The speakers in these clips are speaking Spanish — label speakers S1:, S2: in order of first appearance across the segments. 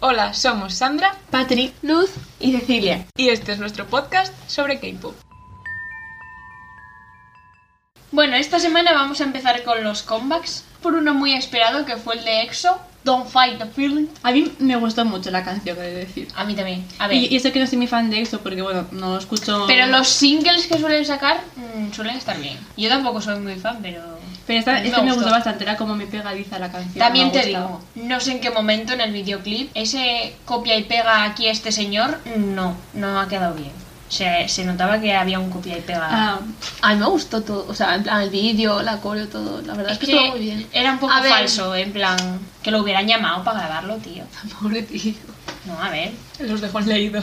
S1: Hola, somos Sandra,
S2: Patrick, Luz y Cecilia.
S1: y este es nuestro podcast sobre K-pop.
S2: Bueno, esta semana vamos a empezar con los comebacks por uno muy esperado que fue el de EXO, Don't Fight the Feeling.
S3: A mí me gustó mucho la canción, he de decir.
S2: A mí también. A ver.
S3: Y, y eso que no soy muy fan de EXO, porque bueno, no escucho...
S2: Pero los singles que suelen sacar mm, suelen estar bien. Yo tampoco soy muy fan, pero...
S3: Pero esta,
S2: a mí
S3: esta me gustó
S2: gustó.
S3: bastante, era como me pegadiza la canción.
S2: También
S3: me
S2: te
S3: gustaba.
S2: digo, no sé en qué momento en el videoclip ese copia y pega aquí este señor, no, no ha quedado bien. Se, se notaba que había un copia y pega.
S3: Ah,
S4: A mí me gustó todo, o sea, en plan el vídeo, la coreo, todo. La verdad es, que, estuvo muy bien.
S2: era un poco
S4: A ver.
S2: falso, en plan, que lo hubieran llamado para grabarlo, tío.
S4: Pobre tío.
S2: No, a ver.
S1: Los dejo en leído.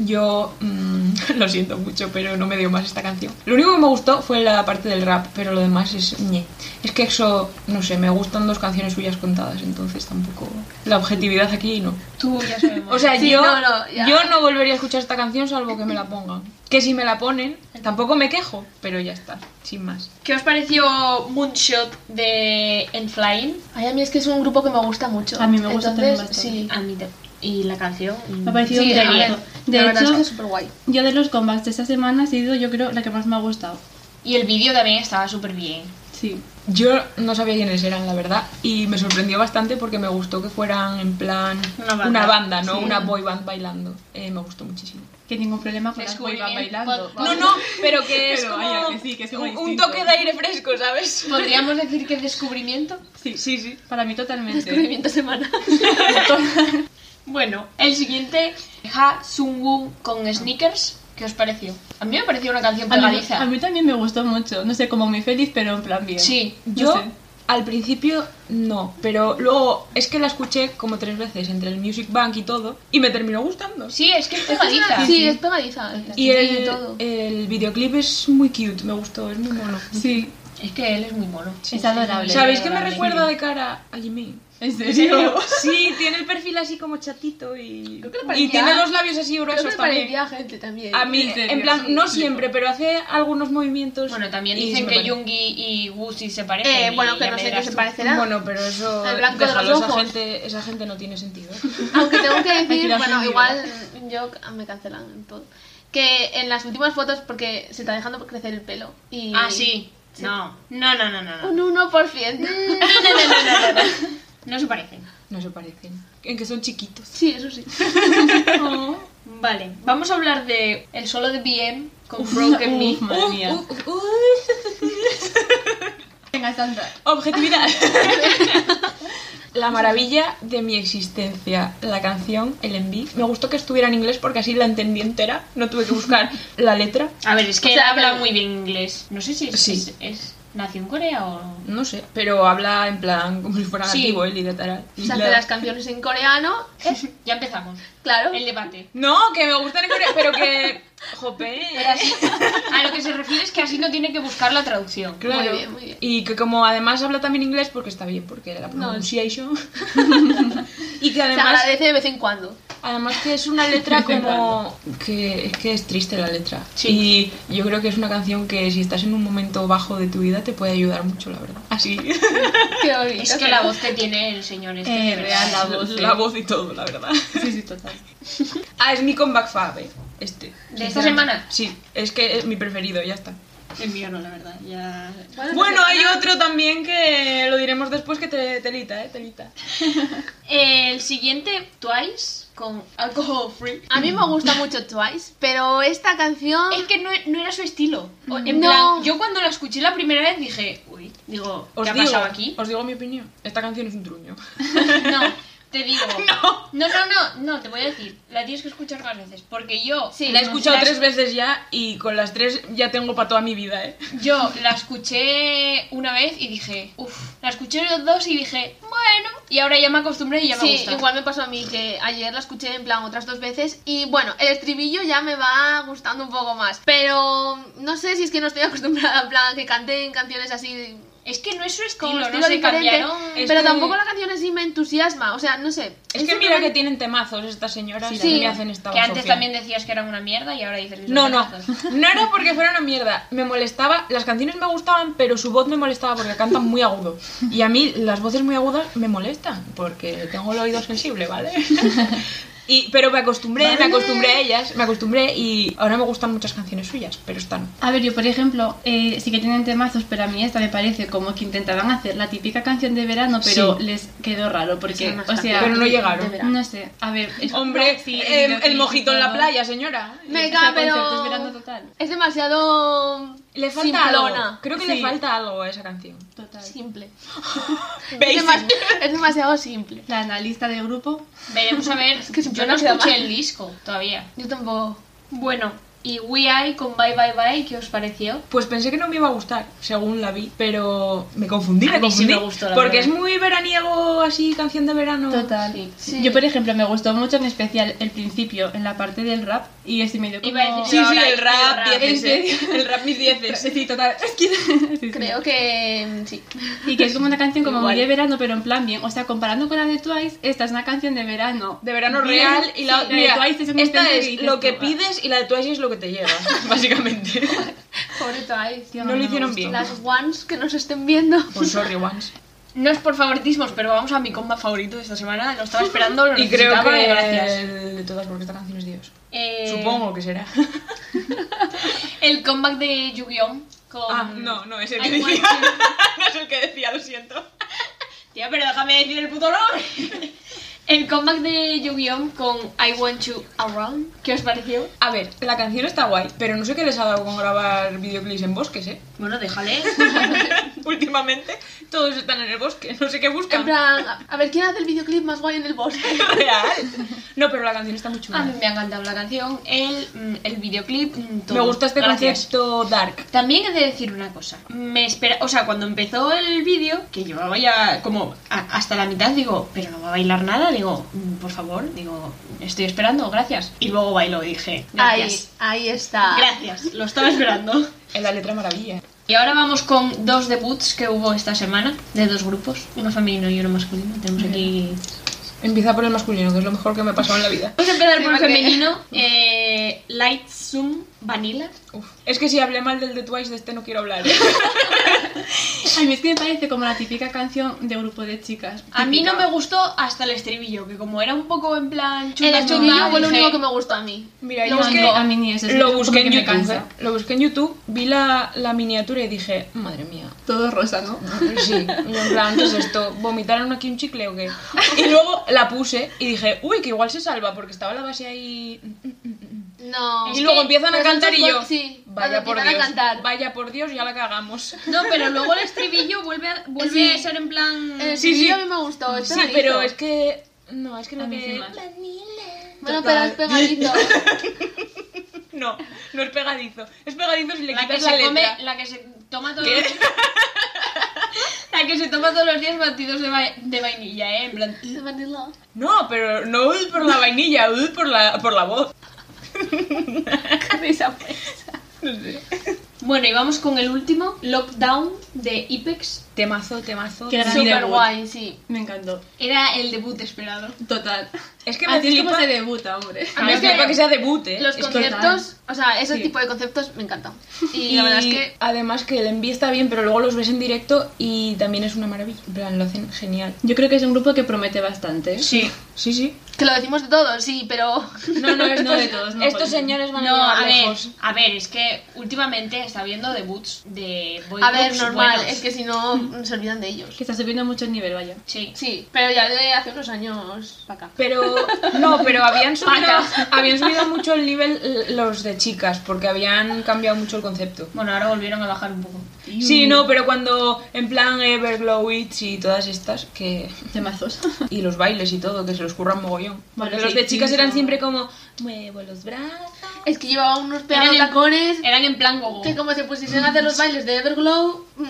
S1: Yo mm, lo siento mucho, pero no me dio más esta canción. Lo único que me gustó fue la parte del rap, pero lo demás es ñe. Es que EXO, no sé, me gustan dos canciones suyas contadas, entonces tampoco. La objetividad aquí no.
S2: Tú ya sabemos.
S1: O sea,
S4: Sí,
S1: yo,
S4: no, no, ya.
S1: yo no volvería a escuchar esta canción salvo que me la pongan. Que si me la ponen, tampoco me quejo, pero ya está, sin más.
S2: ¿Qué os pareció Moonshot de En Flying?
S4: Ay, a mí es que es un grupo que me gusta mucho.
S3: A mí me gusta también
S4: Entonces,
S3: bastante.
S4: sí.
S2: A mí te- Y la canción.
S3: me ha parecido
S4: Sí,
S3: un
S4: a ver,
S3: temazo. De
S4: la verdad es
S3: hecho,
S4: que es súper guay.
S3: yo de los comebacks de esta semana ha sido, yo creo, la que más me ha gustado.
S2: Y el vídeo también estaba súper bien.
S3: Sí.
S1: Yo no sabía quiénes eran, la verdad, y me sorprendió bastante porque me gustó que fueran en plan
S2: Una banda.
S1: no una boy band bailando. Eh, me gustó muchísimo.
S3: Que ningún problema con las boy band
S2: Descubrimiento,
S4: pues,
S3: bailando.
S2: podcast.
S1: No, no, pero que es
S3: Pero
S1: como,
S3: vaya, que sí, que es como
S1: un, un
S3: distinto.
S1: toque de aire fresco, ¿sabes?
S2: ¿Podríamos decir que descubrimiento?
S3: Sí, sí, sí. Para mí totalmente.
S4: Descubrimiento semanal.
S2: Bueno, el siguiente, Ha Sung-woo con Sneakers. ¿Qué os pareció? A mí me pareció una canción
S3: A mí,
S2: pegadiza.
S3: a mí también me gustó mucho. No sé, como muy feliz, pero en plan bien.
S2: Sí.
S1: Yo
S3: No sé.
S1: al principio no, pero luego es que la escuché como tres veces entre el Music Bank y todo y me terminó gustando.
S2: Sí, es que es pegadiza.
S4: Sí, es pegadiza.
S1: Y
S4: el
S1: el,
S4: todo.
S1: el videoclip es muy cute, me gustó, es muy mono.
S3: Sí.
S2: Es que él es muy mono.
S3: es adorable.
S1: ¿Sabéis qué me
S2: adorable.
S1: recuerda de cara a Jimmy?
S3: ¿En serio?
S1: Sí, tiene el perfil así como chatito y,
S4: Creo que le
S1: y
S4: parecía-
S1: tiene los labios así
S4: Creo que
S1: gruesos
S4: me
S1: también.
S4: parecía gente también.
S1: A mí,
S3: En serio,
S1: en plan,
S3: sí,
S1: no
S3: sí.
S1: siempre, pero hace algunos movimientos.
S2: Bueno, también
S1: y se
S2: dicen
S1: me
S2: que
S1: pare-
S2: Yoongi y Woo sí se parecen.
S4: Eh, bueno,
S2: y
S4: que
S2: ya
S4: no
S2: me
S4: sé qué
S2: dirás
S4: se
S2: tú.
S4: parecerá.
S1: Bueno, pero eso.
S4: El blanco de los
S1: déjalo, esa
S4: ojos.
S1: gente, esa gente no tiene sentido.
S4: Aunque tengo que decir,
S3: tirar
S4: bueno,
S3: sin
S4: igual yo ah, me cancelan en todo. Que en las últimas fotos, porque se está dejando crecer el pelo. Y
S2: Ah, sí. No. No, no, no, no. No,
S4: Un 1%.
S2: no, no, no, no, no. No se parecen.
S1: No se parecen. En que son chiquitos.
S4: Sí, eso sí.
S2: Vale, vamos a hablar de el solo de BM con Broken Me.
S3: uf, madre mía.
S1: Uh, uh, uh.
S3: Venga, Sandra.
S1: Objetividad. La maravilla de mi existencia, la canción, el enví. Me gustó que estuviera en inglés porque así la entendí entera. No tuve que buscar la letra.
S2: A ver, es que
S4: O sea,
S2: él habla
S4: que-
S2: muy bien inglés. No sé si es,
S1: Sí.
S2: es, es- nació en Corea o
S1: No sé, pero habla en plan como si fuera
S2: Sí.
S1: nativo él y literal.
S4: O sea, hace las canciones en coreano.
S2: Ya empezamos.
S4: Claro.
S2: El debate.
S1: No, que me gustan en coreano, pero que. Jope.
S2: Pero así- a lo que se refiere es que así no tiene que buscar la traducción.
S1: Claro.
S4: Muy bien, muy bien.
S1: Y que como además habla también inglés, porque está bien, porque la pronunciation. y que
S4: se
S1: además,
S4: agradece de vez en cuando.
S1: además que es una letra como... que es que es triste la letra.
S2: Sí.
S1: Y yo creo que es una canción que si estás en un momento bajo de tu vida te puede ayudar mucho, la verdad. Así.
S4: Qué bonito.
S2: Es que la voz que tiene el señor este
S3: Eh,
S2: de verdad.
S3: real, la voz.
S1: La voz y todo, la verdad.
S3: Sí, sí, total.
S1: Ah, es mi comeback fave, este.
S2: ¿De esta semana?
S1: Sí, es que es mi preferido, ya está.
S2: El mío no, la verdad. pues Ya...
S1: Bueno, hay otro también que lo diremos después que te, telita, eh, telita.
S2: El siguiente, Twice, con Alcohol Free.
S4: A mí me gusta mucho Twice, pero esta canción.
S2: Es que no, no era su estilo. O- En
S4: No.
S2: plan, yo cuando la escuché la primera vez dije, uy, digo, ¿qué
S1: Os
S2: ha
S1: digo,
S2: pasado aquí?
S1: os digo mi opinión. Esta canción es un truño.
S2: No, te digo. No. No, no, no, te voy a decir. La tienes que escuchar más veces. Porque yo.
S4: Sí,
S1: La he escuchado
S2: la-
S1: tres veces ya y con las tres ya tengo para toda mi vida, ¿eh?
S2: Yo la escuché una vez y dije, uff. La escuché dos y dije, bueno. Y ahora ya me acostumbré y ya me
S4: Sí,
S2: gusta.
S4: igual me pasó a mí que ayer la escuché en plan otras dos veces y bueno, el estribillo ya me va gustando un poco más, pero no sé si es que no estoy acostumbrada en plan que canten canciones así
S2: Es que no es su
S4: con
S2: estilo, no
S4: estilo
S2: se
S4: diferente,
S2: cambiaron.
S1: Es
S4: pero
S1: que-
S4: tampoco la canción en sí me entusiasma, o sea, no sé.
S1: Es que mira que tienen temazos estas señoras y
S4: Sí.
S1: también hacen esta
S2: Que antes
S1: basofia.
S2: también decías que eran una mierda y ahora dices que son
S1: No, no.
S2: pedazos.
S1: No era porque fuera una mierda. Me molestaba. Las canciones me gustaban, pero su voz me molestaba porque cantan muy agudo. Y a mí las voces muy agudas me molestan porque tengo el oído sensible, ¿vale? Y, pero me acostumbré, me acostumbré a ellas, me acostumbré y ahora me gustan muchas canciones suyas, pero están.
S3: A ver, yo por ejemplo, eh, sí que tienen temazos, pero a mí esta me parece como que intentaban hacer la típica canción de verano, pero
S1: Sí.
S3: les quedó raro porque, o sea,
S1: Pero no llegaron.
S3: no sé, a ver, es
S1: Hombre,
S3: como- sí,
S1: eh, el,
S3: videoclip y
S1: mojito en la
S3: todo.
S1: playa, señora.
S4: Venga,
S3: Este concepto es verano
S4: pero
S3: total.
S4: es demasiado
S1: Le falta
S4: simplona.
S1: algo. Creo que le
S3: Sí.
S1: falta algo a esa canción.
S3: Total.
S4: Simple. Es,
S1: ¿Veis?
S4: demasi- es demasiado simple.
S3: La analista de grupo,
S2: Veremos a ver.
S4: que se
S2: Yo
S4: me
S2: no
S4: ha quedado
S2: escuché
S4: mal.
S2: el disco todavía.
S4: Yo tampoco.
S2: Bueno, y We Are con Bye Bye Bye, ¿qué os pareció?
S1: Pues pensé que no me iba a gustar, según la vi, pero me confundí,
S2: A
S1: me
S2: mí sí
S1: confundí.
S2: me gustó, la
S1: porque es
S2: verdad.
S1: muy veraniego, así, canción de verano.
S3: total.
S4: Sí.
S3: Yo por ejemplo me gustó mucho en especial el principio, en la parte del rap y ese medio como...
S2: Iba a decir
S1: Sí,
S2: yo
S1: sí,
S2: ahora
S1: el rap,
S2: el rap.
S1: 10
S3: En
S1: El rap mis 10
S3: Sí, total. Es que- sí, sí.
S4: Creo que mm, sí.
S3: Y que es como una canción como
S1: Igual.
S3: muy de verano, pero en plan bien. O sea, comparando con la de Twice, esta es una canción de verano.
S1: De verano
S3: Bien,
S1: real y la,
S3: sí,
S1: mira,
S3: de Twice es un
S1: Esta
S3: intento y
S1: es
S3: dices
S1: lo que
S3: tú,
S1: pides y la de Twice es lo que te lleva, básicamente.
S4: Pobre Twice.
S3: Tío,
S1: no lo
S3: me
S1: hicieron
S3: gustó.
S1: bien.
S4: Las ones que nos estén viendo.
S1: Pues sorry, once.
S2: No es por favoritismos, pero vamos a mi comba favorito de esta semana. Lo estaba esperando, lo
S1: Y creo
S2: necesitaba,
S1: que
S2: y gracias.
S1: el de todas, porque esta canción es Dios.
S2: Eh,
S1: Supongo que será.
S2: El comeback de Yu-Gi-Oh! con...
S1: Ah, no, no es el que
S2: I want
S1: decía.
S2: you.
S1: no es el que decía, lo siento.
S2: Tía, pero déjame decir el puto nombre. El comeback de Yu-Gi-Oh! con I Want You Around. ¿Qué os pareció?
S1: A ver, la canción está guay, pero no sé qué les ha dado con grabar videoclips en bosques, ¿eh?
S2: Bueno, déjale.
S1: Últimamente todos están en el bosque, no sé qué
S4: En
S1: buscan.
S4: plan, a- a ver quién hace el videoclip más guay en el bosque.
S1: Real. No, pero la canción está muy
S2: A
S3: Ah,
S1: chula.
S2: mí me ha encantado la canción, el, mm, el videoclip, mm, todo.
S1: Me gusta este
S2: Gracias.
S1: concepto dark.
S2: También he de decir una cosa. Me espera, o sea, cuando empezó el vídeo, que llevaba ya como a- hasta la mitad, digo, pero no va a bailar nada, digo, "Mm, por favor, digo, estoy esperando, gracias. Y luego bailó y dije, gracias.
S4: Ahí, ahí está.
S2: Gracias, lo estaba esperando.
S1: En la letra maravilla.
S2: Y ahora vamos con dos debuts que hubo esta semana, de dos grupos, uno femenino y uno masculino. Tenemos aquí.
S1: Empieza por el masculino, que es lo mejor que me ha pasado en la vida.
S2: Vamos a empezar por el
S4: Sí, porque-
S2: femenino, eh, Light Zoom Vanilla.
S1: Uf. Es que si hablé mal del de Twice, de este no quiero hablar. ¿eh?
S3: A mí es que me parece como la típica canción de grupo de chicas.
S2: A mí no me
S3: Típica.
S2: gustó hasta el estribillo, que como era un poco en plan
S4: El
S2: chumba,
S4: estribillo
S2: chumba,
S4: fue lo
S2: dije,
S4: único que me gustó a mí.
S1: Mira,
S3: Lo
S1: yo es que
S3: único, a mí ni eso, es
S1: lo
S3: como
S1: busqué en
S3: que me
S1: YouTube.
S3: cansa.
S1: ¿eh? Lo busqué en YouTube, vi la, la miniatura y dije, madre mía,
S3: Todo rosa, ¿no?
S1: Sí, y en plan, ¿qué es esto? ¿Vomitaron aquí un chicle o qué? Y luego la puse y dije, uy, que igual se salva porque estaba la base ahí.
S4: No.
S1: Y
S2: Es
S1: luego
S2: que
S1: empiezan a
S4: pero
S1: cantar y
S4: entonces
S1: yo.
S4: fue- sí,
S1: vaya
S4: cuando
S1: por
S4: empiezan
S1: Dios.
S4: a cantar".
S1: Vaya por Dios, ya la cagamos.
S2: No, pero luego el estribillo vuelve a, vuelve
S4: Sí.
S2: a ser en plan.
S4: El
S1: Sí,
S4: sí,
S1: sí.
S4: a mí me gustó. Pues es
S1: Sí,
S4: pegadizo.
S1: pero es que. No, es que
S3: A
S1: no
S3: mí sí
S1: que.
S3: más.
S4: Bueno, pero es pegadito.
S1: No, no es pegadizo. Es pegadizo si le
S2: la que
S1: quitas
S2: se
S1: la
S2: come,
S1: letra.
S2: la que se toma todos
S1: ¿Qué?
S2: los La que se toma todos los días batidos de, va- de vainilla, eh, en plan.
S4: De Manila.
S1: No, pero no uh, por la vainilla, uh, por la, por la voz.
S4: Risa, pues.
S1: No sé.
S2: Bueno, y vamos con el último, Lockdown de Ipex.
S1: Temazo, temazo.
S3: Qué gran
S1: Sí.
S4: Súper
S3: debut.
S4: guay, sí.
S3: Me encantó.
S2: Era el debut esperado.
S3: Total.
S1: Es que me
S3: Así es como
S1: flipa-
S3: se debuta, hombre.
S1: A mí me
S2: Es que
S1: flipa que sea debut, ¿eh?
S4: Los
S1: Es que-
S4: conceptos, o sea, ese
S3: Sí.
S4: tipo de conceptos me encantan. Y,
S1: Y
S4: la verdad es que
S1: además que el envío está bien, pero luego los ves en directo y también es una maravilla. En plan, lo hacen genial.
S3: Yo creo que es un grupo que promete bastante. ¿eh?
S2: Sí.
S1: Sí, sí.
S4: que lo decimos de todos, sí, pero
S1: No, no, estos,
S3: No de todos, no
S1: estos
S3: podemos.
S1: señores van
S2: No,
S1: a
S2: a
S1: llegar
S2: ver,
S1: lejos.
S2: a ver, es que últimamente está habiendo debuts de boy
S4: a ver,
S1: pues,
S2: groups
S4: normal,
S2: buenos.
S4: es que si no se olvidan de ellos.
S3: Que está subiendo mucho el nivel, vaya.
S2: Sí.
S4: Sí, pero ya de hace unos años para acá.
S1: Pero, no, pero habían subido,
S2: Paca.
S1: habían subido mucho el nivel l- los de chicas, porque habían cambiado mucho el concepto.
S2: Bueno, ahora volvieron a bajar un poco.
S1: Sí, no, pero cuando, en plan Everglow It y todas estas, que...
S3: Temazos.
S1: Y los bailes y todo, que se los curran mogollón.
S3: Vale,
S1: Porque
S3: sí,
S1: los de chicas eran
S3: sí,
S1: siempre como, muevo los brazos...
S4: Es que llevaba unos
S2: Eran
S4: pegados
S2: en-
S4: tacones
S2: Eran en plan gogo.
S4: que como se pusiesen a hacer los bailes de Everglow, mm,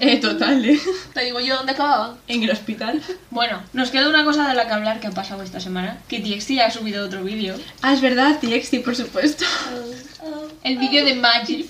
S3: Eh, total, ¿eh?
S4: te digo yo dónde acababan.
S3: En el hospital.
S2: Bueno, nos queda una cosa de la que hablar que ha pasado esta semana. Que TXT ha subido otro vídeo.
S3: Ah, es verdad, TXT, por supuesto.
S2: El vídeo de Magic.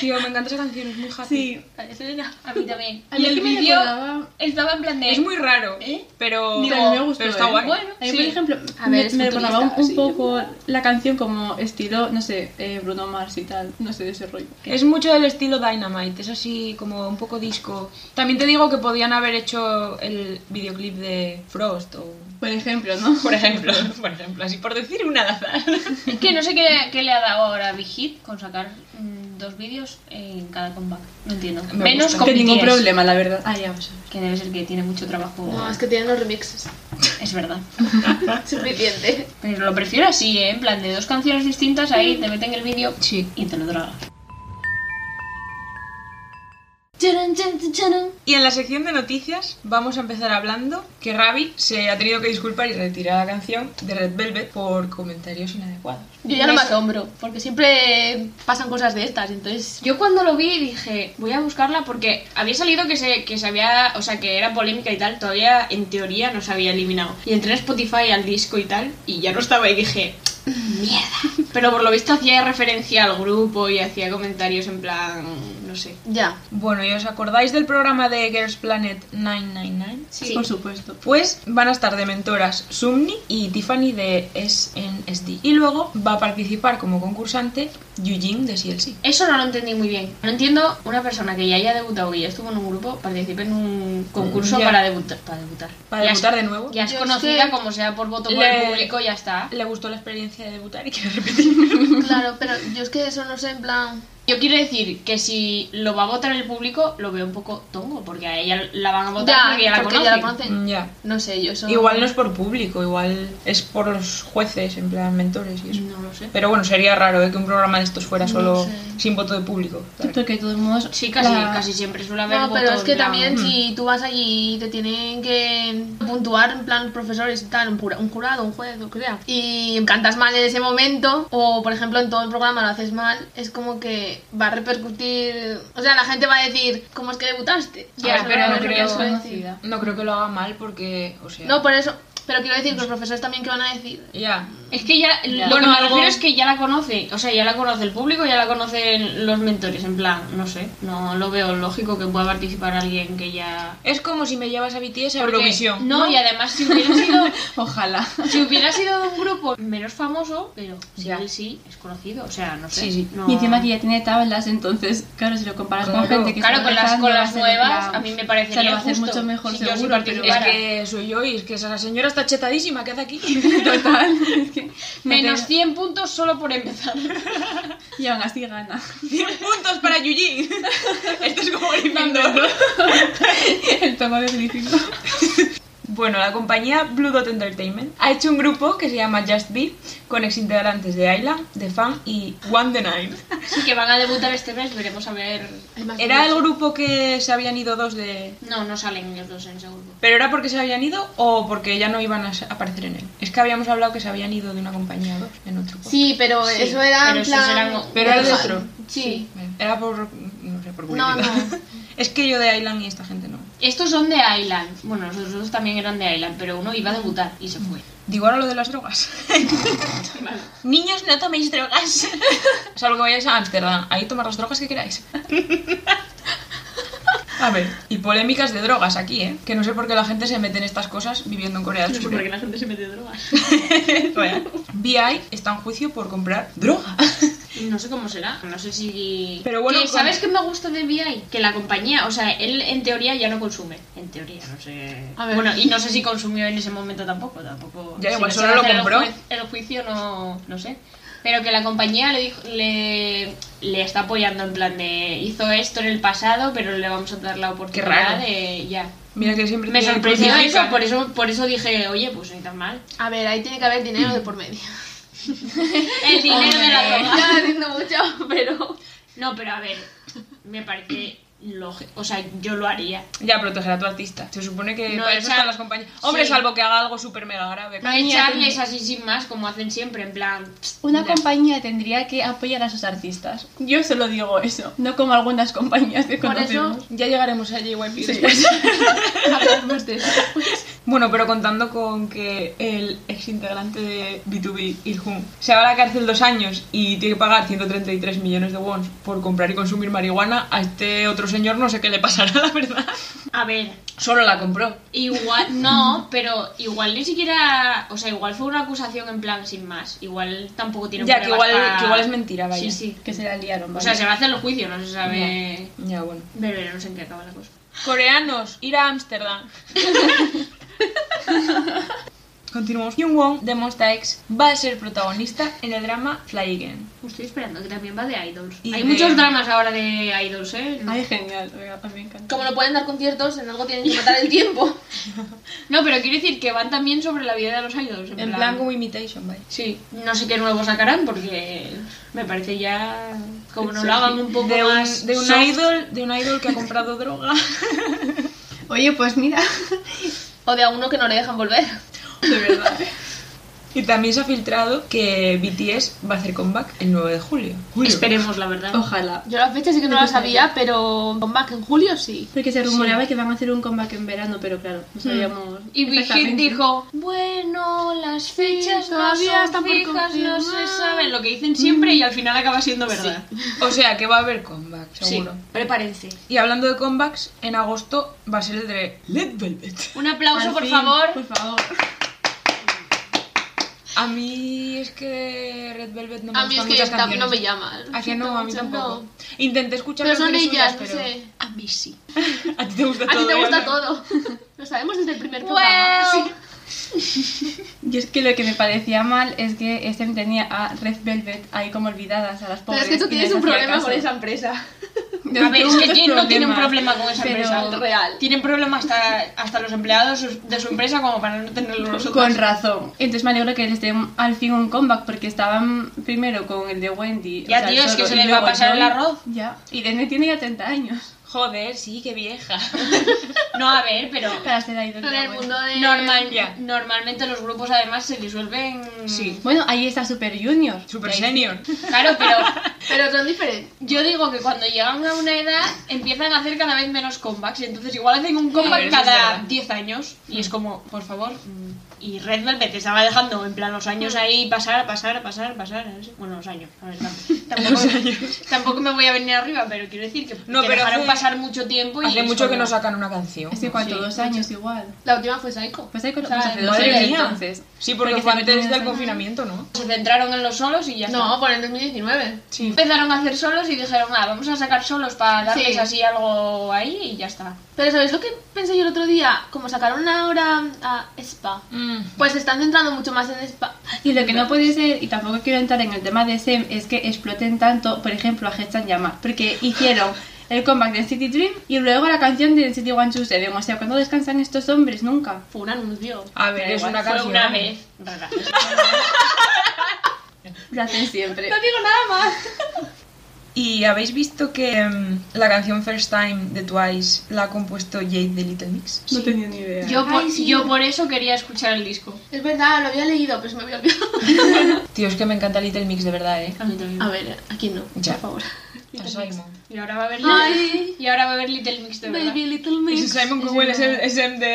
S1: Tío, me encanta esa canción, es muy happy.
S2: Sí,
S4: Vale, eso era-
S2: a mí también.
S3: A
S2: Y
S3: mí
S2: el
S3: que me
S2: vídeo
S3: recordaba-
S2: estaba en plan de.
S1: Es muy raro,
S2: ¿Eh?
S1: pero,
S3: Digo, a mí me gustó,
S1: pero está
S3: ¿eh?
S1: guay.
S2: Bueno.
S3: A mí,
S2: Sí.
S3: por ejemplo,
S4: A ver,
S3: me-
S4: es
S3: me, recordaba un,
S4: futurista,
S3: un
S4: sí.
S3: poco la canción como estilo, no sé, eh, Bruno Mars y tal, no sé, de ese rollo.
S1: Es mucho del estilo Dynamite, es así como un poco disco. También te digo que podían haber hecho el videoclip de Frost o...
S3: Por ejemplo, ¿no?
S1: Por ejemplo, por ejemplo, así por decir una al azar.
S2: Es que no sé qué, qué le ha dado ahora a Big Hit con sacar mm, dos vídeos en cada comeback. No entiendo.
S1: Me
S2: Menos
S1: gusta.
S2: con
S3: Que ningún
S2: BTS,
S3: problema, la verdad. Ah, ya, pues,
S2: Que debe ser que tiene mucho trabajo.
S4: No, es que tienen los remixes.
S2: Es verdad.
S4: Suficiente.
S2: Pero lo prefiero así, ¿eh? En plan de dos canciones distintas, ahí te meten el vídeo
S1: Sí.
S2: y te lo tragas.
S1: Y en la sección de noticias vamos a empezar hablando que Ravi se ha tenido que disculpar y retirar la canción de Red Velvet por comentarios inadecuados.
S4: Yo ya no me
S2: Eso.
S4: asombro, porque siempre pasan cosas de estas, entonces...
S2: Yo cuando lo vi dije, voy a buscarla porque había salido que se, que se había, o sea, que era polémica y tal, todavía en teoría no se había eliminado. Y entré a Spotify al disco y tal, y ya no estaba y dije, mierda. Pero por lo visto hacía referencia al grupo y hacía comentarios en plan, no sé.
S4: Ya.
S1: Bueno, ¿y os acordáis del programa de Girls Planet 999?
S4: Sí.
S3: por supuesto.
S1: Pues van a estar de mentoras Sumni y Tiffany de SNSD. Y luego va a participar como concursante Eugene de CLC.
S2: Eso no lo entendí muy bien. No entiendo una persona que ya haya debutado, que ya estuvo en un grupo, participe en un concurso
S1: Ya.
S2: para debutar. Para debutar.
S1: Para
S2: Ya es-
S1: debutar de nuevo.
S2: Ya es
S4: Yo es
S2: conocida
S4: que
S2: como sea por voto por
S1: le-
S2: el público, ya está.
S1: Le gustó la experiencia de debutar y quiere repetir.
S4: Claro, pero yo es que eso no sé, en plan...
S2: Yo quiero decir que si lo va a votar el público, lo veo un poco tongo, porque a ella la van a votar
S4: Ya,
S2: porque ya la
S4: porque
S2: conocen.
S4: ya la conocen.
S1: Mm, ya.
S4: No sé, yo eso...
S1: Igual no es por público, igual es por los jueces, en plan mentores y eso.
S2: No lo sé.
S1: Pero bueno, sería raro ¿eh? que un programa de estos fuera
S4: No
S1: solo
S4: sé.
S1: sin voto de público.
S3: Sí, porque de todos modos.
S2: Sí, casi,
S3: la-
S2: casi siempre suele haber
S4: No,
S2: voto
S4: pero es que
S2: en plan-
S4: también si tú vas allí y te tienen que puntuar en plan profesores y tal, un, cura- un jurado, un juez, lo que sea, y cantas mal en ese momento, o por ejemplo en todo el programa lo haces mal, es como que va a repercutir, o sea, la gente va a decir, ¿cómo es que debutaste?
S1: Ya,
S4: O sea,
S1: pero no
S4: es Ah, lo que
S1: creo-
S4: os voy a decir.
S3: Conocida.
S1: No creo que lo haga mal porque, o sea...
S4: No, por eso, pero quiero decir que los profesores también que van a decir.
S1: Ya.
S2: Es que ya, lo
S1: Bueno,
S2: que me
S1: algo-
S2: refiero es que ya la conoce, o sea, ya la conoce el público, ya la conocen los mentores, en plan, no sé, no lo veo lógico que pueda participar alguien que ya...
S1: Es como si me llevas a BTS a
S2: Porque-
S1: Eurovisión.
S2: No, y además si hubiera sido...
S3: Ojalá.
S2: Si hubiera sido un grupo menos famoso, pero sí,
S1: Ya.
S2: él sí es conocido, o sea, no sé.
S1: Sí, sí.
S2: no-
S3: Y encima que ya tiene tablas, entonces, claro, si lo comparas
S1: Claro.
S3: con gente que
S2: Claro,
S3: está
S2: con las,
S3: empezando,
S2: con
S3: va a
S2: las
S3: ser en
S2: nuevas,
S3: plan-
S2: a mí me parece
S3: o sea, lo va a hacer mucho mejor
S2: si yo sí
S3: seguro, pero-
S1: Es
S2: participara.
S1: que soy yo y es que esa señora está chetadísima, ¿qué hace aquí?
S3: Total. es que
S2: Menos 100 puntos solo por empezar.
S3: Y aún así gana.
S1: 100 puntos para Yujin. Esto es como Gryffindor.
S3: El tomo de Gryffindor.
S1: Bueno, la compañía Blue Dot Entertainment ha hecho un grupo que se llama Just Be con exintegrantes de Island, The Fan y One The Nine.
S2: Así que van a debutar este mes, veremos a ver...
S4: Hay más
S1: Era el
S4: niños.
S1: grupo que se habían ido dos de...
S2: No, no salen ellos dos en ese grupo.
S1: ¿Pero era porque se habían ido o porque ya no iban a s- aparecer en él? Es que habíamos hablado que se habían ido de una compañía a dos en otro. podcast.
S4: Sí, pero
S2: Sí,
S4: eso era
S2: pero
S4: en
S2: esos
S4: plan...
S2: eran-
S1: Pero era de
S4: Ajá,
S1: otro.
S4: Sí.
S1: Era por... no sé, por
S4: No,
S1: curiosidad.
S4: no.
S1: Es que yo de Island y esta gente no.
S2: Estos son de Island. Bueno, los otros dos también eran de Island, pero uno iba a debutar y se fue.
S1: Digo ahora lo de las drogas. Niños, no toméis drogas. Salvo que vayáis a Ámsterdam. Ahí tomar las drogas que queráis. A ver, y polémicas de drogas aquí, ¿eh? Que no sé por qué la gente se mete en estas cosas viviendo en Corea del Sur. ¿eh?
S2: la gente se mete drogas.
S1: Real. BI está en juicio por comprar droga.
S2: No sé cómo será. No sé si.
S1: Pero bueno,
S2: Que,
S1: con-
S2: ¿Sabes qué me gusta de BI? Que la compañía, o sea, él en teoría ya no consume. En teoría, no sé.
S4: A ver.
S2: Bueno, y no sé si consumió en ese momento tampoco. Tampoco.
S1: Ya,
S2: si
S1: igual
S2: no se
S1: solo
S2: va a
S1: lo
S2: hacer el
S1: compró.
S2: juez- El, juicio no. No sé. Pero que la compañía le, dijo, le, le está apoyando en plan de. Hizo esto en el pasado, pero le vamos a dar la oportunidad
S1: raro.
S2: de. Ya.
S1: Mira que siempre
S2: Me
S1: tienen
S2: sorprendió
S1: crucifica.
S2: eso, por eso, por eso dije, oye, pues no hay tan mal.
S4: A ver, ahí tiene que haber dinero de por medio.
S2: El dinero de la droga.
S4: Ya, diciendo mucho, pero...
S2: No, pero a ver, me parece lógico. O sea, yo lo haría.
S1: Ya, proteger a tu artista. Se supone que
S2: No,
S1: para eso
S2: esa-
S1: están las compañías. Hombre,
S2: sí.
S1: salvo que haga algo súper mega grave.
S2: No echarles así sin más, como hacen siempre, en plan. pst,
S3: Una
S2: mira.
S3: compañía tendría que apoyar a sus artistas. Yo solo digo eso, no como algunas compañías que
S4: Por eso-
S3: conocemos.
S1: Ya llegaremos a JYP
S3: Sí.
S1: después.
S4: Hablamos de eso.
S1: Bueno, pero contando con que el ex integrante de B2B, Ilhun, se va a la cárcel dos años y tiene que pagar 133 millones de wons por comprar y consumir marihuana, a este otro señor no sé qué le pasará, la verdad.
S2: A ver,
S1: Solo la compró.
S2: igual, no, pero igual ni siquiera. O sea, igual fue una acusación en plan sin más. Igual tampoco tiene
S1: Ya, que
S2: pruebas
S1: igual,
S2: para-
S1: que igual es mentira, vaya.
S2: Sí, sí.
S3: Que se la liaron,
S2: O
S3: ¿vale?
S2: sea, se va a hacer el juicio, no se sabe.
S1: Ya, bueno.
S2: Pero veremos en qué acaba la cosa.
S1: Coreanos, ir a Ámsterdam. Continuamos. Hyun Won de Monsta X va a ser protagonista en el drama Fly Again.
S2: Estoy esperando que también va de idols.
S1: Y
S2: Hay
S1: de-
S2: muchos dramas ahora de idols, ¿eh?
S3: Ay, genial, oiga, a mí me encanta.
S4: Como no pueden dar conciertos, en algo tienen que matar el tiempo.
S2: No, pero quiero decir que van también sobre la vida de los idols. En,
S1: En plan como imitation, vaya.
S2: Sí, no sé qué nuevo sacarán porque me parece ya. Como no lo hagan un poco
S1: de un,
S2: más.
S1: de un
S2: soft,
S1: idol, de un idol que ha comprado droga.
S3: Oye, pues mira.
S4: O de a uno que no le dejan volver.
S3: De verdad.
S1: Y también se ha filtrado que BTS va a hacer comeback el 9 de julio. Julio.
S2: Esperemos, la verdad.
S3: Ojalá.
S4: Yo la fecha sí que no la sabía, pero comeback en julio sí.
S3: Porque se rumoreaba que van a hacer un comeback en verano, pero claro, no sabíamos.
S2: Mm. Y Big Hit
S3: exactamente.
S2: dijo, bueno, las fechas
S4: Sí, todavía
S2: todavía
S4: están
S2: están
S4: por
S2: fijas, no se
S4: confirmar".
S2: saben lo que dicen siempre y al final acaba siendo verdad.
S1: O sea que va a haber comeback, seguro.
S2: prepárense.
S1: Y hablando de comebacks, en agosto va a ser el de Led Velvet.
S2: Un aplauso,
S3: Al
S2: por
S3: fin,
S2: favor.
S3: Por favor.
S1: A mí es que Red Velvet no me
S4: A mí es
S1: gustan
S4: que
S1: muchas
S4: esta
S1: canciones.
S4: no me llama.
S1: ¿A que no? A mí
S4: Mucho,
S1: tampoco.
S4: no.
S1: Intenté escuchar
S4: Pero son
S1: canciones
S4: ellas, no
S1: suyas, pero-
S4: sé.
S2: A mí sí.
S1: A ti te gusta
S4: A
S1: todo.
S4: ti te gusta
S1: ¿verdad?
S4: todo. Lo sabemos desde el primer programa.
S2: Well.
S3: Yo es que lo que me parecía mal es que Stem tenía a Red Velvet ahí como olvidadas a las
S4: Pero
S3: pobres.
S4: es que tú
S3: y
S4: tienes
S3: les
S4: un
S3: hacía
S4: problema
S3: caso.
S4: con esa empresa.
S2: A ver, es que ¿quién no tiene un
S3: Problemas.
S2: problema con esa
S3: Pero-
S2: empresa?
S4: Real.
S2: Tienen problema hasta, hasta los empleados de su empresa como para no tenerlo nosotros.
S3: Con razón. Entonces me alegro que les den al fin un comeback porque estaban primero con el de Wendy.
S2: Ya, tío, es que
S3: solo,
S2: se
S3: y
S2: les va a
S3: luego
S2: pasar el
S3: Joy.
S2: arroz.
S3: ¿eh? Ya. Y Dene tiene ya 30 años
S1: Joder, sí, qué vieja.
S2: No, a ver, pero...
S3: para ser idol.
S4: Con
S3: de
S4: el
S3: Wendy.
S4: mundo de.
S2: Normal,
S1: Ya.
S2: Normalmente los grupos además se disuelven...
S1: Sí.
S3: Bueno, ahí está Super Junior.
S1: Super
S3: Y ahí-
S1: senior.
S2: Claro, pero
S4: Pero son diferentes.
S2: Yo digo que cuando llegan a una edad empiezan a hacer cada vez menos comebacks y entonces igual hacen un
S1: Sí,
S2: comeback
S1: eso es
S2: cada
S1: verdad.
S2: 10 años y es como, por favor, mm, y Red Velvet estaba dejando en plan los años
S1: Mm.
S2: ahí pasar, pasar, pasar, pasar, ¿sabes? bueno, los años, a ver, tam- tampoco, tampoco me voy a venir arriba, pero quiero decir que,
S1: No,
S2: que
S1: pero
S2: dejaron
S1: hace-
S2: pasar mucho tiempo y...
S1: Hace
S2: es
S1: mucho que
S2: como-
S1: no sacan una canción.
S3: Es que cuánto,
S2: Sí,
S3: dos años igual.
S4: La última fue Psycho.
S3: Pues ahí con
S4: O sea,
S3: pues hace dos
S1: Madre
S3: años
S1: mía.
S3: entonces.
S1: Sí, porque,
S3: Porque
S1: fue
S3: se
S1: antes
S3: metió en
S1: del
S3: esa-
S1: confinamiento, ¿no?
S2: Se centraron en los solos y ya está.
S4: No, por el 2019.
S1: Sí.
S2: Empezaron a hacer solos y dijeron, ah, vamos a sacar solos para darles
S4: Sí.
S2: así algo ahí y ya está.
S4: Pero ¿sabéis lo que pensé yo el otro día? Como sacaron ahora a Spa.
S1: Mm.
S4: Pues se están centrando mucho más en Spa.
S3: Y lo que no puede ser, y tampoco quiero entrar en el tema de SEM, es que exploten tanto, por ejemplo, a Hechan Yama, porque hicieron el comeback de City Dream y luego la canción de City One Two Seven. O sea, ¿cuándo descansan estos hombres? Nunca.
S4: Fue un anuncio.
S1: A ver,
S3: Da
S1: es
S3: igual,
S1: una
S3: fue
S1: canción.
S2: Una vez, relajaos.
S3: Lo hacen siempre.
S4: No digo nada más.
S1: ¿Y habéis visto que em, la canción First Time de Twice la ha compuesto Jade de Little Mix?
S3: No tenía ni idea.
S2: Yo, por,
S4: Ay, sí.
S2: yo por eso quería escuchar el disco.
S4: Es verdad, lo había leído, pero se me había olvidado.
S1: Tío, es que me encanta Little Mix, de verdad, ¿eh?
S2: A mí también.
S4: A ver, aquí no,
S1: Ya.
S4: por favor.
S1: A Simon.
S2: Y ahora va a haber
S4: Ay.
S2: y ahora va a haber Little Mix de verdad.
S4: Baby Little Mix.
S1: Ese Simon Cowell es el es el de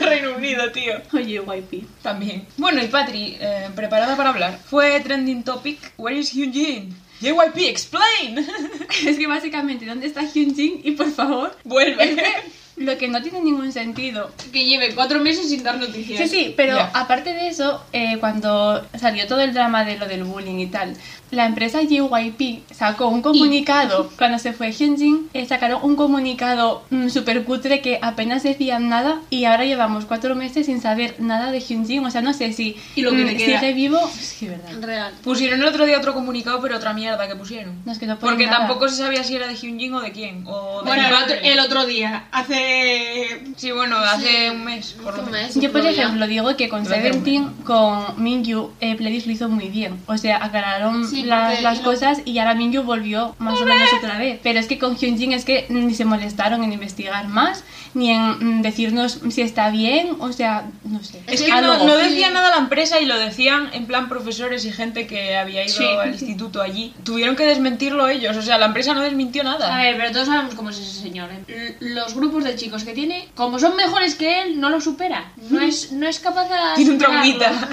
S1: de Reino Unido, tío.
S3: Oye, YP.
S1: También. Bueno, y Patri, eh, preparada para hablar. Fue trending topic. Where is Hyunjin? JYP, explain.
S3: Es que básicamente, ¿dónde está Hyunjin? Y por favor, es
S1: Vuelve.
S3: que lo que no tiene ningún sentido
S2: Que lleve cuatro meses sin dar noticias.
S3: Sí, sí, pero
S1: Ya.
S3: aparte de eso, eh, cuando salió todo el drama de lo del bullying y tal, la empresa JYP sacó un comunicado. Cuando se fue Hyunjin, eh, sacaron un comunicado super cutre que apenas decían nada y ahora llevamos cuatro meses sin saber nada de Hyunjin. O sea, no sé si mm,
S2: Y lo que te queda.
S3: sigue vivo. Es que verdad.
S4: Real.
S1: Pusieron el otro día otro comunicado, pero otra mierda que pusieron.
S3: No, es que no ponen
S1: Porque
S3: nada.
S1: tampoco se sabía si era de Hyunjin o de quién. O de
S2: Bueno, el otro,
S1: Hyunjin.
S2: el otro día, hace...
S1: Sí, bueno, hace un mes. Por lo
S4: Un
S1: menos.
S4: mes,
S3: Yo, por
S4: otro día.
S3: ejemplo, digo que con
S1: Debe hacer un
S3: Seventeen, con Mingyu, eh, Pledis lo hizo muy bien. O sea, aclararon
S4: Sí,
S3: las,
S4: porque
S3: las
S4: lo-
S3: cosas y ahora Mingyu volvió más o menos otra vez. Pero es que con Hyunjin es que ni se molestaron en investigar más, ni en mm, decirnos si está bien, o sea, no sé.
S1: Es
S4: Es
S1: que
S4: que
S1: no,
S3: algo.
S1: no decía
S4: Sí.
S1: nada la empresa y lo decían en plan profesores y gente que había ido
S3: Sí.
S1: al instituto allí. Tuvieron que desmentirlo ellos, o sea, la empresa no desmintió nada.
S2: A ver, pero todos sabemos cómo es ese señor. ¿eh? L- Los grupos de chicos que tiene, como son mejores que él, no lo supera. No es, no es capaz de.
S1: Tiene un
S2: superarlo.
S1: traumita.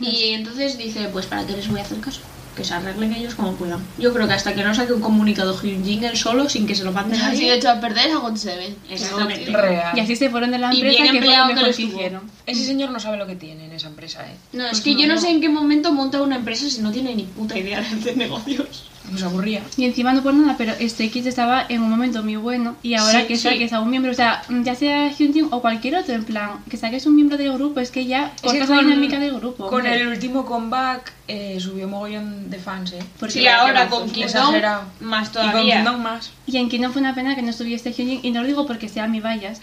S2: Y entonces dice: Pues para qué les voy a hacer caso. Que se arreglen ellos como puedan. Yo creo que hasta que no saque un comunicado Hyunjin él solo, sin que se lo mande
S4: Así
S2: nadie.
S4: hecho a perder es Hot Seven.
S2: Exactamente.
S1: Real.
S3: Y así se fueron de la
S2: Y
S3: empresa
S2: bien
S3: que fue
S2: empleado
S3: lo
S2: que
S3: mejor
S2: lo
S3: que
S2: estuvo.
S3: hicieron.
S1: Ese señor no sabe lo que tiene en esa empresa, ¿eh?
S2: No,
S3: Pues
S2: es que yo no sé en qué momento monta una empresa si no tiene ni puta idea de hacer negocios.
S1: Nos aburría.
S3: Y encima no por nada, pero este X estaba en un momento muy bueno y ahora
S2: Sí,
S3: que
S2: sí.
S3: saques a un miembro, o sea, mm, ya sea Hyunjin o cualquier otro, en plan, que saques un miembro del grupo, es que ya
S1: Es que
S3: cortas la
S1: con-
S3: dinámica del grupo.
S1: Con
S3: hombre.
S1: el último comeback eh, subió mogollón de fans, ¿eh?
S3: Porque
S2: y ahora
S3: vaya
S2: con
S3: mazo.
S1: Kim
S2: Kingdom,
S1: Exagerado.
S2: más
S1: Y con
S2: todavía.
S1: Kingdom más.
S3: Y en que no fue una pena que no estuviese Hyunjin, y no lo digo porque sea mi bias,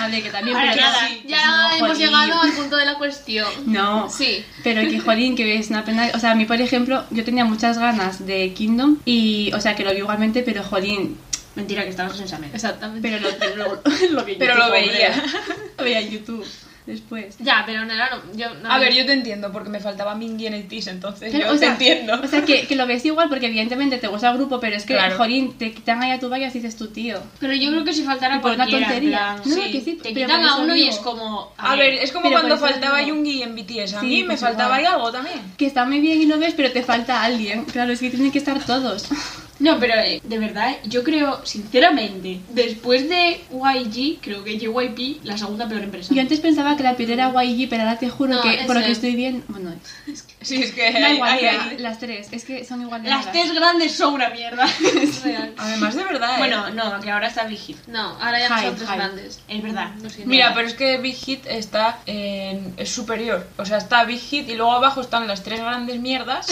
S3: a ver, que también...
S2: Para
S3: porque
S2: nada.
S3: sí,
S4: Ya
S3: no,
S4: hemos
S3: jolín.
S4: llegado al punto de la cuestión.
S3: No,
S4: Sí.
S3: Pero que jolín, que es una pena. O sea, a mí, por ejemplo, yo tenía muchas ganas de Kingdom y, o sea, que lo vi igualmente, pero jolín.
S2: Mentira, que estabas en examen.
S4: Exactamente.
S3: Pero lo, lo- lo vi en
S1: Pero lo
S3: YouTube,
S1: veía.
S3: hombre. Lo veía en YouTube después.
S4: Ya, pero no era. no, yo, no,
S1: A ver, yo te entiendo, porque me faltaba Mingy en el TIS, entonces
S3: Claro,
S1: yo
S3: o sea,
S1: te entiendo.
S3: O sea, que, que lo ves igual porque evidentemente te gusta el grupo, pero es que,
S1: Claro.
S3: jolín, te quitan ahí a tu valla y dices tu tío.
S2: Pero yo creo que si faltara
S3: Y por una
S2: cualquiera, en
S3: tontería.
S2: plan,
S3: No,
S1: sí,
S3: que sí,
S2: Te
S3: pero
S2: quitan
S3: por
S2: a
S3: eso
S2: uno y
S3: digo
S2: es como.
S1: A ver, es como
S3: pero por
S1: cuando
S3: eso
S1: faltaba
S3: digo-
S1: Yoongi en BTS. A
S3: Sí,
S1: mí me
S3: pues
S1: faltaba
S3: igual.
S1: algo también.
S3: Que está muy bien y lo ves, pero te falta alguien. Claro, es que tienen que estar todos.
S2: No, pero eh, de verdad, yo creo, sinceramente, después de YG, creo que JYP, la segunda peor empresa.
S3: Yo antes pensaba que la peor era YG, pero ahora te juro
S4: No,
S3: que por lo
S4: ese.
S3: que estoy viendo. Bueno,
S1: Sí, es que.
S3: da
S1: hay-
S3: igual,
S1: hay-
S3: que
S1: hay-
S3: las tres. Es que son igual de
S2: Las
S3: malas.
S2: tres grandes son una mierda.
S4: es real.
S1: Además, de verdad. ¿eh?
S2: bueno, no, que ahora está Big Hit.
S4: No, ahora ya no
S3: Hype,
S4: son tres
S3: hype.
S4: grandes.
S2: Es verdad.
S4: No sé.
S1: Mira, pero es que Big Hit está en, es superior. O sea, está Big Hit y luego abajo están las tres grandes mierdas.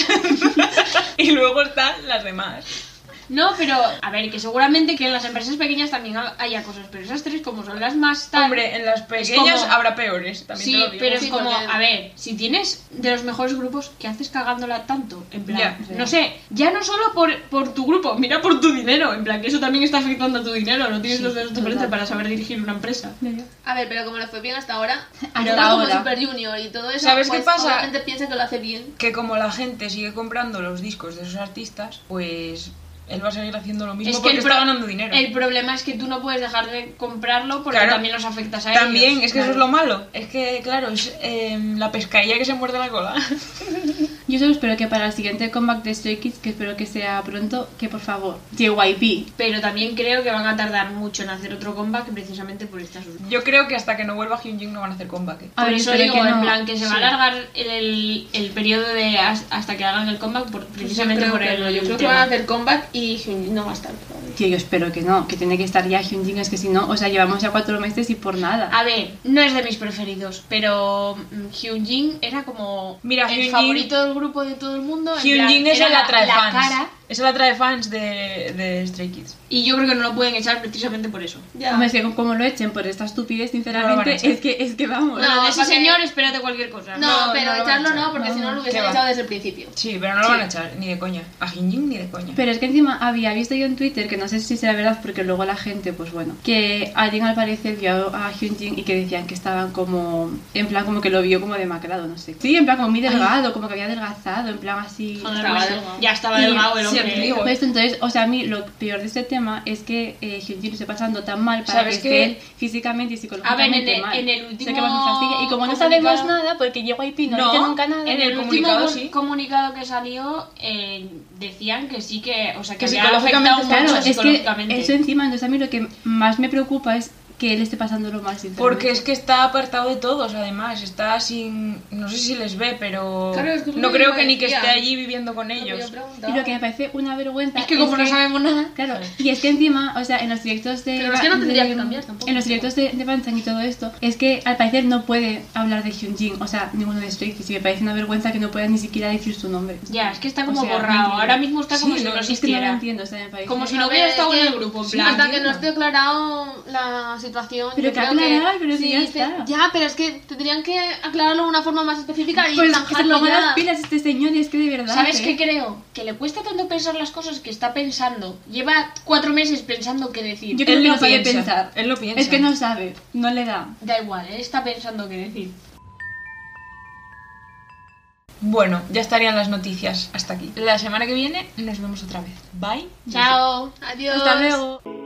S1: y luego están las demás.
S2: No, pero, a ver, que seguramente que en las empresas pequeñas también ha- haya cosas, pero esas tres, como son las más tan.
S1: Hombre, en las pequeñas
S2: como-
S1: habrá peores. También
S2: Sí,
S1: te lo digo.
S2: pero es
S4: Sí,
S2: como,
S4: porque-
S2: a ver, si tienes de los mejores grupos, ¿qué haces cagándola tanto? En plan,
S1: Ya.
S2: no sé, ya no solo por, por tu grupo, mira por tu dinero, en plan, que eso también está afectando a tu dinero, no tienes
S3: Sí,
S2: los dedos de frente
S3: total.
S2: para saber dirigir una empresa.
S4: A ver, pero como lo fue bien hasta ahora,
S3: Hasta
S4: pero como
S3: ahora.
S4: Super Junior y todo eso,
S1: ¿Sabes qué
S4: pues,
S1: pasa?
S4: Obviamente piensa que lo hace bien.
S1: Que como la gente sigue comprando los discos de esos artistas, pues él va a seguir haciendo lo mismo
S2: Es que
S1: porque
S2: el
S1: está
S2: pro-
S1: ganando dinero.
S2: El problema es que tú no puedes dejar de comprarlo porque
S1: Claro.
S2: también los afectas a
S1: También,
S2: ellos.
S1: es que eso es lo malo. Es que, claro, es em, la pescadilla que se muerde la cola.
S3: Yo solo espero que para el siguiente comeback de Stray Kids, que espero que sea pronto, que por favor, JYP.
S2: Pero también creo que van a tardar mucho en hacer otro comeback precisamente por estas
S1: Yo creo que hasta que no vuelva Hyunjin no van a hacer comeback. ¿eh?
S3: A
S2: Por
S3: ver,
S2: eso
S3: espero
S2: digo,
S3: que
S2: en
S3: no.
S2: plan, que se va a
S3: Sí.
S2: alargar el, el, el periodo de has- hasta que hagan el comeback por, precisamente
S4: yo creo
S2: por
S4: que
S2: el
S4: no, yo creo que
S2: tema.
S4: van a hacer comeback y Hyunjin no va a estar. probablemente.
S3: Tío, yo espero que no, que tiene que estar ya Hyunjin, es que si no, o sea, llevamos ya cuatro meses y por nada.
S2: A ver, no es de mis preferidos, pero mm, Hyunjin era como
S1: Mira,
S2: el
S1: Hyunjin-
S2: favorito del grupo de todo el mundo. en
S1: Hyunjin
S2: plan,
S1: es
S2: era
S1: el atrae
S2: la
S1: fans.
S2: cara,
S1: Es el atrae fans de, de Stray Kids.
S2: y yo creo que no lo pueden echar precisamente por eso.
S4: Ya.
S3: Hombre, es que como lo echen por esta estupidez,
S1: No lo van a
S3: sinceramente,
S1: echar.
S3: es que es que vamos.
S4: No,
S2: No, de ese
S4: porque-
S2: señor espérate cualquier cosa.
S4: no,
S1: no,
S4: pero
S1: no lo van a
S4: echarlo
S1: echar.
S4: no, porque si no lo
S3: No.
S4: hubiesen
S1: ¿Qué va?
S4: echado desde el principio.
S1: Sí, pero no lo van a echar, ni de coña. A Hyunjin ni de coña.
S3: Pero es que encima había visto yo en Twitter, que no sé si será verdad, porque luego la gente, pues bueno, que alguien al parecer vio a Hyunjin y que decían que estaban como, en plan, como que lo vio como demacrado, no sé. Sí, en plan, como muy delgado, como que había adelgazado, en plan así.
S2: Joder,
S4: Estaba
S2: pues,
S4: delgado.
S2: ya estaba
S3: Y-
S2: delgado el
S1: sí,
S2: hombre.
S1: te digo.
S3: Pues entonces, o sea, a mí lo peor de este tema es que eh, Hyunjin lo esté pasando tan mal para
S1: ¿Sabes
S3: que
S1: qué?
S3: esté él físicamente y psicológicamente
S2: A ver, en el-
S3: mal.
S2: en el
S3: O sea,
S2: último
S3: que va a ser fastidio. Y como no sabemos
S2: comunicado-
S3: nada, porque JYP no,
S1: No,
S3: dice nunca nada.
S1: en
S2: En
S1: el
S2: el, último
S1: comunicado,
S2: comu-
S1: sí.
S2: comunicado que salió eh, decían que sí que, o sea, que,
S1: Que
S2: había
S1: psicológicamente
S2: afectado
S1: está-
S2: mucho
S3: Claro, es que
S2: psicológicamente.
S3: eso encima, entonces a mí lo que más me preocupa es que él esté pasándolo mal, sinceramente.
S1: Porque es que está apartado de todos, además. Está sin. No sé si les ve, pero.
S4: Claro, es que es
S1: no
S4: lo que
S1: creo
S4: yo
S1: que ni que
S4: decía.
S1: esté allí viviendo con ellos.
S3: Y lo que me parece una vergüenza
S2: Es que como no sabemos nada.
S3: Claro, y es que encima, o sea, en los directos de.
S4: Pero es que no tendría
S3: de-
S4: que cambiar tampoco.
S3: En los directos de, de Banchan y todo esto, es que al parecer no puede hablar de Hyunjin, o sea, ninguno de Stray Kids, y me parece una vergüenza que no pueda ni siquiera decir su nombre.
S2: Ya, es que está
S3: O
S2: como
S3: sea,
S2: borrado.
S3: ni-
S2: Ahora mismo está como
S1: Sí,
S2: si
S1: no,
S2: no
S1: es que
S3: Es que no lo
S2: existiera.
S3: entiendo, o sea, me parece.
S2: Como si
S4: A
S2: no hubiera
S4: ver,
S2: estado
S4: es
S2: en
S4: que-
S2: el grupo, en
S1: sí,
S2: plan.
S4: Hasta que no esté aclarado la situación.
S3: Pero
S4: yo
S3: que
S4: creo
S3: aclarar, pero si ya
S4: te-
S3: está.
S4: Ya, pero es que tendrían que aclararlo de una forma más específica y
S3: Pues que se
S4: zanjarlo
S3: ponga
S4: ya.
S3: las pilas este señor, y es que de verdad.
S2: ¿Sabes
S3: ¿eh?
S2: qué creo? Que le cuesta tanto pensar las cosas que está pensando. Lleva cuatro meses pensando qué decir.
S3: Yo creo
S1: Él
S3: que
S1: lo
S3: no sabe
S1: piensa,
S3: pensar.
S1: él lo piensa.
S3: Es que no sabe, no le da.
S2: ¿eh? Da igual, él está pensando qué decir.
S1: Bueno, ya estarían las noticias hasta aquí. La semana que viene nos vemos otra vez. Bye.
S2: Chao.
S4: Adiós.
S3: Hasta luego.